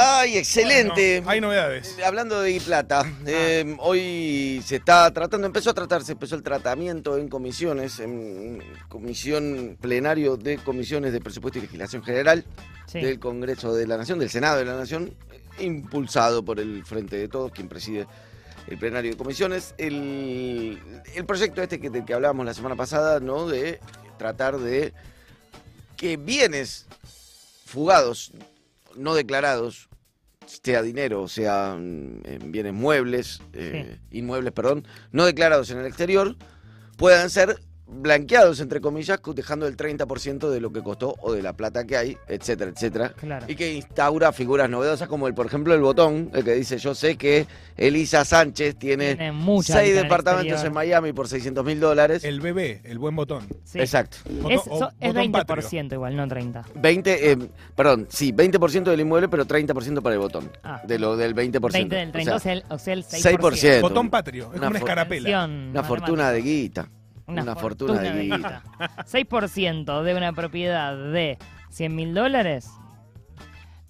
Gaby, excelente. Bueno, hay novedades. Eh, Hablando de plata, eh, hoy se está tratando, empezó a tratarse, empezó el tratamiento en comisiones, en comisión plenario de comisiones de presupuesto y legislación general Sí. del Congreso de la Nación, del Senado de la Nación, eh, impulsado por el Frente de Todos, quien preside el plenario de comisiones. El, el proyecto este que, del que hablábamos la semana pasada, ¿no? De tratar de que bienes fugados, no declarados, sea dinero, sea mm, eh, bienes muebles, eh, inmuebles, perdón, no declarados en el exterior, puedan ser blanqueados, entre comillas, cu- dejando el 30% de lo que costó o de la plata que hay, etcétera, etcétera. Claro. Y que instaura figuras novedosas como, el, por ejemplo, el botón, el que dice, yo sé que Elisa Sánchez tiene, Tiene mucha seis guita en el departamentos exterior. en Miami por 600 mil dólares. El bebé, el buen botón. Sí. Exacto. Botón- Es, o- so- es botón 20% patrio. igual, no 30. 20, eh, perdón, sí, 20% del inmueble, pero 30% para el botón. Ah. De lo del 20%. 20 del 30, O sea, o, sea, el, o sea, el 6%. 6%. Botón patrio. Es Una como una fo- escarapela. Atención, una fortuna de guita. Una, fortuna, de guita. guita. 6% de una propiedad de 100 mil dólares.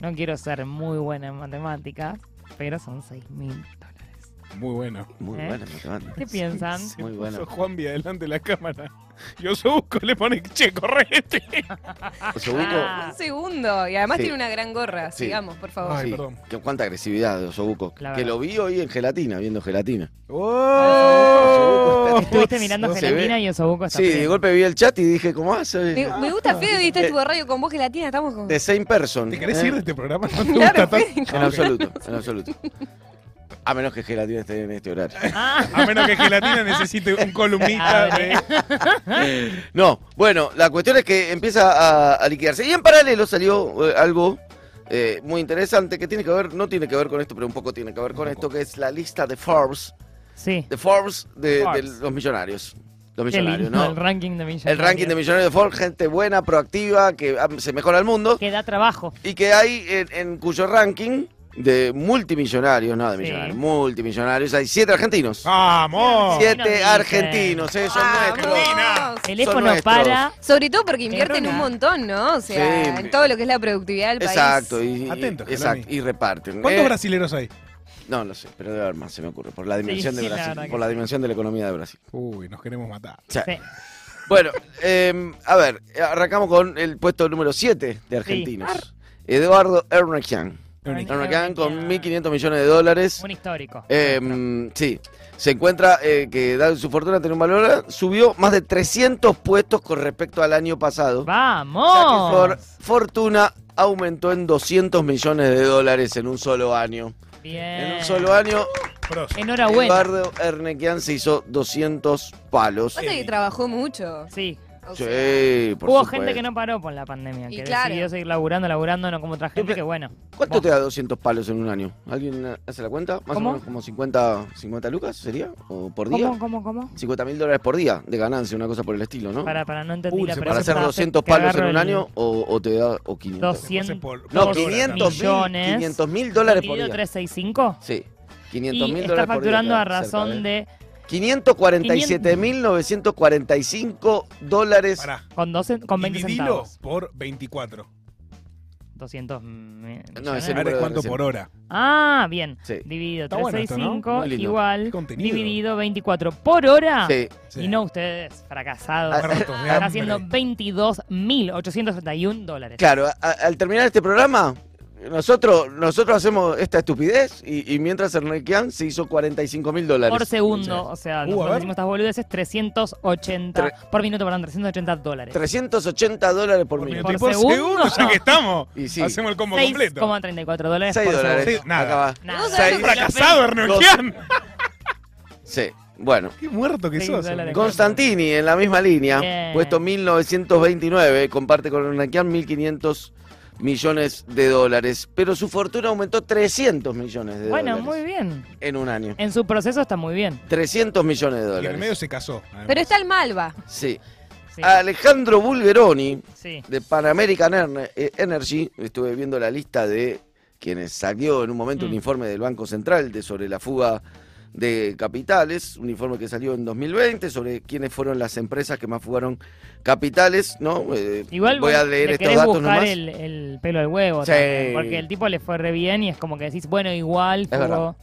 No quiero ser muy buena en matemáticas, pero son 6 mil dólares. Muy bueno. Muy ¿Eh? buena matemática. ¿Qué piensan? Sí, Muy buena. Puso Juan Vía delante de la cámara. Yo busco, le pone, che, este". correte. Se ubicó- Ah. Un segundo. Y además Sí. tiene una gran gorra. Sí. Sigamos, por favor. Ay, sí, perdón. que- cuánta agresividad de Osobuco. La Que verdad. lo vi hoy en gelatina, viendo gelatina. ¡Oh! Estuviste mirando Se Gelatina ve. y Osobuco está Sí, de prendido. golpe vi el chat y dije, ¿cómo hace? Me, me gusta Fede, viste, estuvo radio con vos que latina, estamos con... Eh, De same person. ¿Te querés ¿eh? ir de este programa? No te Claro, gusta tanto. Fede, En absoluto, en absoluto. A menos que gelatina esté en este horario. Ah, A menos que Gelatina necesite un columnista Ah, de... No, bueno, la cuestión es que empieza a, a liquidarse. Y en paralelo salió eh, algo eh, muy interesante que tiene que ver, no tiene que ver con esto, pero un poco tiene que ver con esto, que es la lista de Forbes, sí. de Forbes de, Forbes. de los millonarios. Los Qué millonarios, lindo, ¿no? el ranking de millonarios. El ranking de millonarios de Forbes, gente buena, proactiva, que ah, se mejora el mundo. Que da trabajo. Y que hay en, en cuyo ranking de multimillonarios, no de Sí. millonarios, multimillonarios, hay siete argentinos. ¡Vamos! Bien. Siete argentinos, eh, son Ah, Vamos. nuestros. Teléfono nuestros. para. Sobre todo porque invierten Perona. un montón, ¿no? O sea, Sí. en todo lo que es la productividad del país. Exacto, y, y- Atento, Jaloni. exacto, y reparten. ¿Cuántos Eh, brasileros hay? No, no sé, pero debe haber más, se me ocurre, por la dimensión sí, de la Brasil, verdad que por la sí. dimensión de la economía de Brasil. Uy, nos queremos matar. O sea, Sí. Bueno, eh, a ver, arrancamos con el puesto número 7 de argentinos. Eduardo Ernequian. Ernequian. Ernequian con Ernequian. 1.500 millones de dólares. Un histórico. Eh, mm, sí, se encuentra eh, que dado su fortuna tener un valor, subió más de 300 puestos con respecto al año pasado. O sea que ¡Vamos! for- fortuna aumentó en 200 millones de dólares en un solo año. Bien. En un solo año, Pros. Enhorabuena. Eduardo Ernequian se hizo 200 palos. Pasa que trabajó mucho. Sí. o Sí, sea, por Hubo supuesto. gente que no paró por la pandemia, Y que claro. decidió seguir laburando, laburando, no como otra gente Pero- que bueno. ¿Cuánto te da 200 palos en un año? ¿Alguien eh, hace la cuenta? Más ¿Cómo? o menos como 50, 50 lucas sería, o por día. ¿Cómo, cómo, cómo? 50 mil dólares por día de ganancia, una cosa por el estilo, ¿no? Para, para no entender Uy, la se Para pregunta. hacer 200 que palos en agarro un el año o, o te da o 500. 200. Por- No, por 500 mil millones. 500 mil dólares por dividido día. 365. Sí, 500 Y mil está dólares por día. facturando a claro, cerca ¿eh? razón de. 547.945 dólares. Pará. Con, 12, con 20 y dividilo centavos. por 24. 200. mi- No, Eh, es millones. el Ahora es Este número de cuánto recién. por hora. Ah, bien. Sí. Dividido Está bueno esto, 365 ¿no? Muy lindo. igual. Contenido. Dividido 24 por hora. Sí. Sí. Y no ustedes, fracasados. Ah, Muertos de Están hambre. haciendo 22.831 dólares. Claro, a- al terminar este programa, nosotros, nosotros hacemos esta estupidez y, y mientras Ernequian se hizo 45 mil dólares. Por segundo, o Uh, sea, a nosotros ver. decimos estas boludeces 380 por minuto, perdón, 380 dólares. 380 dólares por, minuto. Por Y por segundo, segundo. ya que estamos. Y sí. Hacemos el combo completo. 6,34 dólares 6 por dólares. segundo. Nada. Acá va. segundo. Nada. ¿Vos sabés Seis- lo que Fracasado, Erneuquian. Sí, bueno. Qué muerto que Seis sos. dólares. Erneuquian. Constantini en la misma línea, Bien. puesto 1929, comparte con Ernequian 1.500 millones de dólares, pero su fortuna aumentó 300 millones de Bueno, dólares muy bien. en un año. En su proceso está muy bien. 300 millones de Y en el medio dólares. se casó. además. Pero está el Malva. Sí. Sí. Alejandro Bulgeroni, sí. de Pan American Erne- eh, Energy, estuve viendo la lista de quienes salió en un momento un Mm. informe del Banco Central de sobre la fuga de capitales, un informe que salió en 2020 sobre quiénes fueron las empresas que más fugaron capitales, ¿no? Eh, Igual voy vos a leer le estos querés datos buscar nomás. El, el pelo al huevo Sí. también, porque el tipo le fue re bien y es como que decís, bueno, igual verdad. fugó,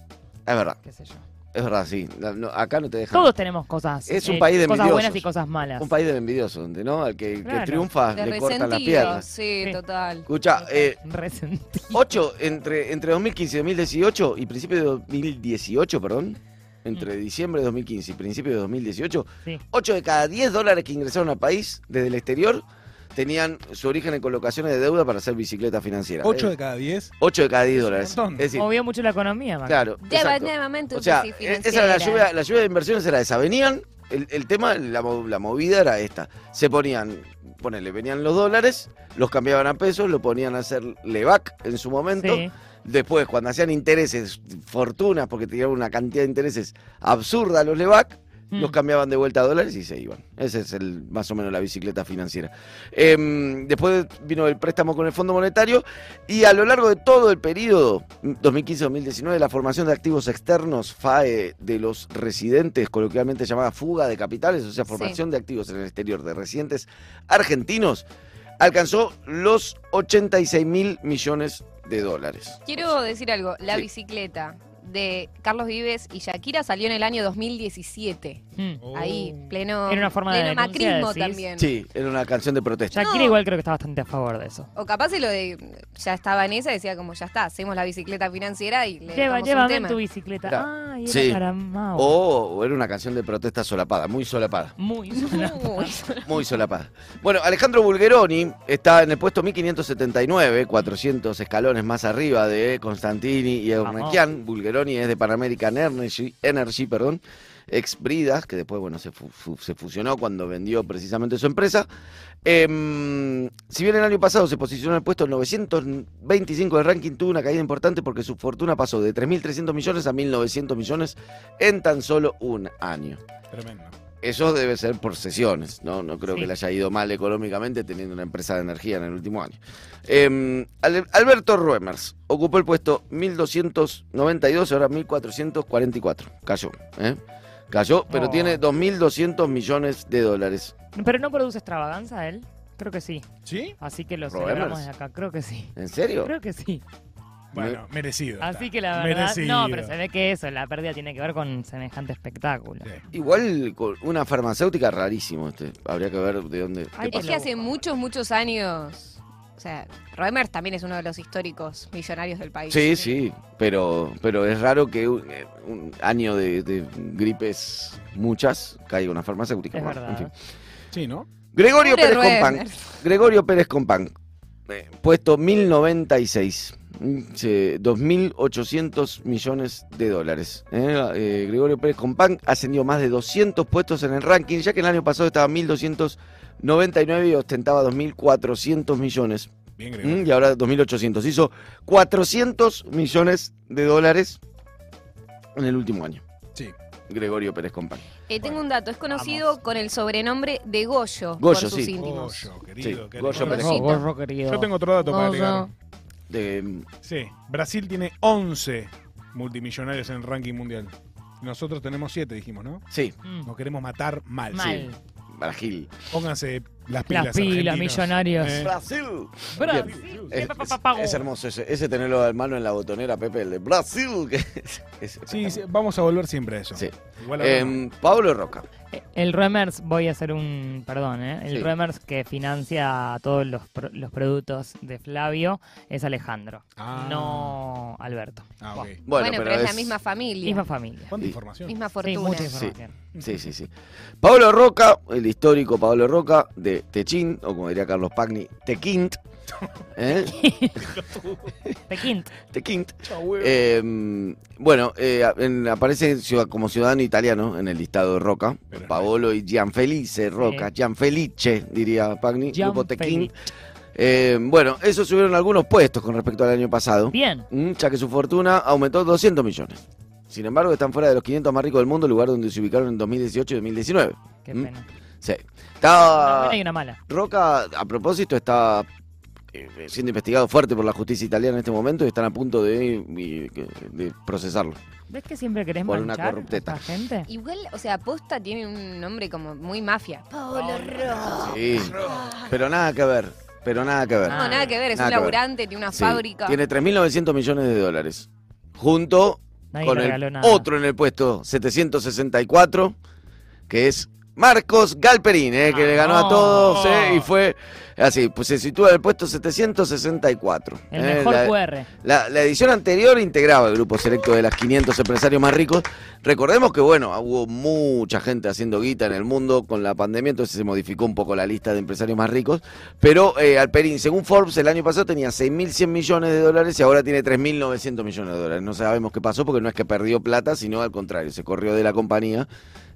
Es verdad, qué sé yo. es verdad, sí. No, no, acá no te dejan. Todos tenemos cosas, eh, Es un país de cosas buenas envidiosos. y cosas malas. Un país de envidiosos, donde, ¿no? Al que, que Claro. triunfa De Ah, le cortan las resentido. piernas. Sí, Sí. total. Escucha, eh, Resentido. 8 entre, entre 2015 y 2018 y principio de 2018, perdón, entre diciembre de 2015 y principio de 2018, Sí. 8 de cada 10 dólares que ingresaron al país desde el exterior tenían su origen en colocaciones de deuda para hacer bicicleta financiera. 8 de cada 10. 8 de cada 10 un dólares. montón. Es decir, Movió mucho la economía, Mac. claro. Lleva exacto. nuevamente O un sea, crisis e- esa era la financiera. lluvia, la lluvia de inversiones era esa. Venían, el, el tema, la, mo- la movida era esta. Se ponían, ponele, venían los dólares, los cambiaban a pesos, lo ponían a hacer levac en su momento. Sí. Después, cuando hacían intereses, fortunas, porque tenían una cantidad de intereses absurda los LEVAC, Mm. los cambiaban de vuelta a dólares y se iban. Esa es el, más o menos la bicicleta financiera. Em, después vino el préstamo con el Fondo Monetario y a lo largo de todo el periodo mm, 2015-2019, la formación de activos externos, FAE, de los residentes, coloquialmente llamada fuga de capitales, o sea, Sí. formación de activos en el exterior de residentes argentinos, alcanzó los 86 mil millones de dólares. Quiero decir algo. La Sí. bicicleta de Carlos Vives y Shakira salió en el año 2017. Mm. Oh. Ahí, pleno, Era una forma de pleno denuncia, macrismo decís. también. Sí, era una canción de protesta. Shakira No. igual creo que está bastante a favor de eso. O capaz se lo de, ya estaba en esa, decía como ya está, hacemos la bicicleta financiera y le Lleva, damos un llévame en tema. tu bicicleta. Claro. Ah, y era Sí. para Mau. O, o era una canción de protesta solapada, muy solapada, Muy Uy. muy solapada. Bueno, Alejandro Bulgeroni está en el puesto 1579, 400 escalones más arriba de Constantini y Eurnequian. Bulgeroni es de Pan American Energy, Energy perdón, ex Bridas, que después bueno, se, fu- fu- se fusionó cuando vendió precisamente su empresa. Em, si bien el año pasado se posicionó en el puesto 925 del ranking, tuvo una caída importante porque su fortuna pasó de 3.300 millones a 1.900 millones en tan solo un año. Tremendo. Eso debe ser por sesiones, ¿no? No creo Sí. que le haya ido mal económicamente teniendo una empresa de energía en el último año. Eh, Ale- Alberto Ruemers ocupó el puesto 1292, ahora 1444. Cayó, ¿eh? Cayó, pero Oh. tiene 2.200 millones de dólares. Pero no produce extravaganza él. Creo que sí. ¿Sí? Así que lo Robert celebramos Evers. desde acá. Creo que sí. ¿En serio? Creo que sí. Bueno, merecido. está. Así que la verdad. Merecido. No, pero se ve que eso, la pérdida tiene que ver con semejante espectáculo. Sí. Igual con una farmacéutica rarísimo este. Habría que ver de dónde. Ay, qué Es pasa. que hace muchos, muchos años. O sea, Roemers también es uno de los históricos millonarios del país. Sí, sí, pero, pero es raro que un, eh, un año de, de gripes muchas caiga una farmacéutica. Es Bueno, en verdad. fin. Sí, ¿no? Gregorio Pobre Pérez Compán. Roemers. Gregorio Pérez Compán. eh, puesto 1096. mm, se- 2.800 millones de dólares. eh, eh, Gregorio Pérez Compán ascendió más de 200 puestos en el ranking, ya que el año pasado estaba 1.299 y ostentaba 2.400 millones. Bien, Gregorio. mm, Y ahora 2.800. Hizo 400 millones de dólares en el último año. Sí. Gregorio Pérez Compán. Eh, tengo un dato, es conocido Vamos. con el sobrenombre de Goyo, por Goyo, sus sí. íntimos. Goyo, querido. Sí, querido. Goyo Pérez. Gorro, gorro, querido. Yo tengo otro dato para Goyo. agregar. De, mm, Sí, Brasil tiene 11 multimillonarios en el ranking mundial. Nosotros tenemos 7, dijimos, ¿no? sí, Mm, Nos queremos matar mal. Mal. Barajil. Pónganse las pilas. Las pilas, argentinos. millonarios. Eh, Brasil. Brasil, Es, pa, pa, es- pa, pago. es hermoso ese, ese tenerlo de mano en la botonera, Pepe, el de Brasil. que es- es- sí, sí, vamos a volver siempre a eso. Sí. Igual ahora no. Em, Pablo Roca. El Remers, voy a hacer un, perdón, ¿eh? el Sí. Remers que financia todos los, pro- los productos de Flavio es Alejandro, Ah. no Alberto. Ah, ok. Bueno, pero, es, la misma familia, Misma misma, familia. ¿Cuánta Sí. información? Sí, fortuna. mucha información. Sí, sí, sí. Pablo Roca, el histórico Pablo Roca de Techín, o como diría Carlos Pagni, Tequint. ¿Eh? Tequint. Tequint. Em, bueno, eh, en- aparece ciudad- como ciudadano italiano en el listado de Roca. Pero- Paolo y Gianfelice Roca. Sí. Gianfelice, diría Pagni. grupo Tequín. Gianfelice. Em, bueno, eso subieron algunos puestos con respecto al año pasado. Bien. Mm, ya que su fortuna aumentó 200 millones. Sin embargo, están fuera de los 500 más ricos del mundo, lugar donde se ubicaron en 2018 y 2019. Qué Mm. Ah. pena. Sí. Una Está... buena y una mala. Roca, a propósito, está eh, siendo investigado fuerte por la justicia italiana en este momento y están a punto de, eh, de procesarlo. ¿Ves que siempre querés Por una manchar a corrupteta. esta gente? Igual, o sea, Posta tiene un nombre como muy mafia. Paolo Rojas. Sí. Pero nada que ver, pero nada que ver. No, nada que ver, es Nada que un ver. laburante, tiene una Sí, Ah. fábrica. Tiene 3.900 millones de dólares. Junto Nadie con le el regaló nada. otro en el puesto 764, que es Marcos Galperín, eh, que le ganó a Vamos. todos eh, y fue así, pues se sitúa en el puesto 764. El eh, mejor la- QR. la, la edición anterior integraba el grupo selecto de las 500 empresarios más ricos. Recordemos que, bueno, hubo mucha gente haciendo guita en el mundo con la pandemia, entonces se modificó un poco la lista de empresarios más ricos. Pero eh, Alperín, según Forbes, el año pasado tenía 6.100 millones de dólares y ahora tiene 3.900 millones de dólares. No sabemos qué pasó porque no es que perdió plata, sino al contrario, se corrió de la compañía.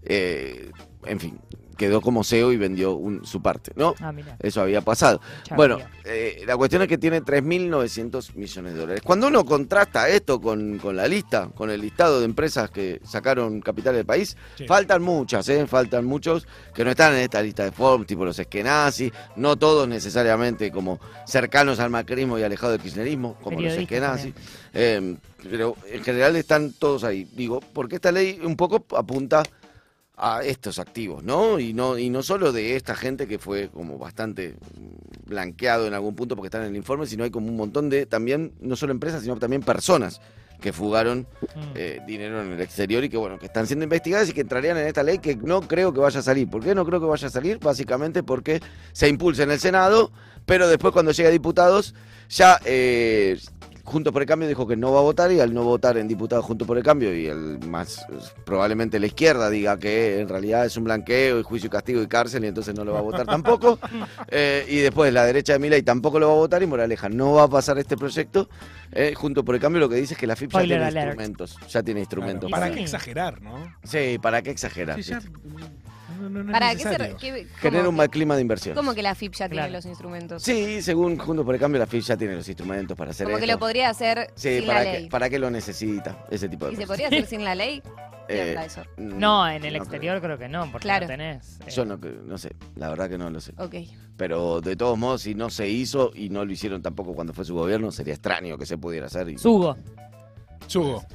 Eh, en fin, quedó como CEO y vendió un- su parte, ¿no? Ah, mira. Eso había pasado. Ya Eh, bueno, había. eh, la cuestión es que tiene 3.900 millones de dólares. Cuando uno contrasta esto con, con la lista, con el listado de empresas que sacaron capital del país, Sí. faltan muchas, ¿eh? faltan muchos que no están en esta lista de Forbes, tipo los esquenazis, no todos necesariamente como cercanos al macrismo y alejados del kirchnerismo, como los Periodistas esquenazis. Eh, pero en general están todos ahí. Digo, porque esta ley un poco apunta a estos activos, ¿no? Y no, y no solo de esta gente que fue como bastante mm, blanqueado en algún punto porque están en el informe, sino hay como un montón de también, no solo empresas, sino también personas que fugaron Mm. eh, dinero en el exterior y que bueno, que están siendo investigadas y que entrarían en esta ley que no creo que vaya a salir. ¿Por qué no creo que vaya a salir? Básicamente porque se impulsa en el Senado, pero después cuando llega a diputados, ya eh, Juntos por el Cambio dijo que no va a votar y al no votar en diputados Juntos por el Cambio y el más eh, probablemente la izquierda diga que en realidad es un blanqueo y juicio y castigo y cárcel y entonces no lo va a votar tampoco. Eh, y después la derecha de Milei tampoco lo va a votar y Moraleja no va a pasar este proyecto. Eh, junto por el cambio lo que dice es que la FIP ya Spoiler tiene alert. instrumentos. Ya tiene instrumentos. Claro, ¿Para sí. qué exagerar, no? Sí, ¿para qué exagerar? Sí, ya, ¿viste? no, no, no es ¿Para qué se re- necesario. qué- Genera cómo un que- mal clima de inversión. cómo que la FIP ya Claro. tiene los instrumentos? Sí, según Juntos por el Cambio, la FIP ya tiene los instrumentos para hacer Como que esto. lo podría hacer Sí, sin la para ley. qué, para qué lo necesita, ese tipo de ¿Y se cosas. podría hacer sin la ley? ¿Qué Eh, onda eso? mm, No, en el creo. exterior creo. que no, porque Claro. no tenés. eh, Yo no, creo- no sé, la verdad que no lo sé. Ok. Pero de todos modos, si no se hizo y no lo hicieron tampoco cuando fue su gobierno, sería extraño que se pudiera hacer. y- Sugo. Sugo.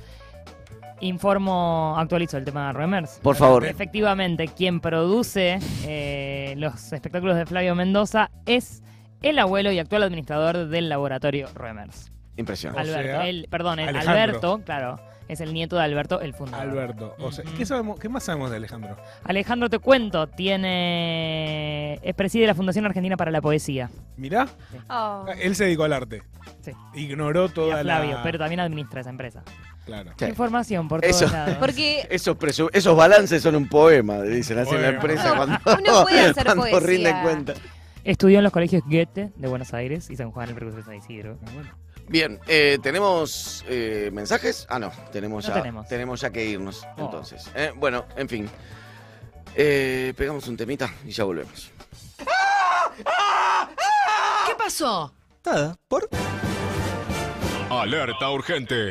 Informo, actualizo el tema de Remers. Por favor. Efectivamente, quien produce eh, los espectáculos de Flavio Mendoza es el abuelo y actual administrador del laboratorio Remers. Impresionante. Alberto, sea, el, perdón, el Alejandro. Alberto, claro, es el nieto de Alberto, el fundador. Alberto. O sea, Ah. Ujú. ¿qué, sabemos, ¿Qué más sabemos de Alejandro? Alejandro, te cuento, tiene. Es preside la Fundación Argentina para la Poesía. Mirá, Oh. él se dedicó al arte. Ah. Sí. Ignoró Y a toda Flavio, la... pero también administra esa empresa. Claro. Sí. Información por Eso. todos lados. Porque Esos, presu- esos balances son un poema, dicen así en la Poema. empresa cuando, Uno puede hacer cuando poesía. rinden cuenta. Estudió en los colegios Goethe de Buenos Aires y San Juan el Precursor de San Isidro. Bueno, Bien, eh, ¿tenemos eh, mensajes? Ah, no, tenemos No ya, tenemos. ya que irnos. Oh. Entonces, Eh, bueno, en fin. Eh, pegamos un temita y ya volvemos. ¿Qué pasó? Alerta urgente.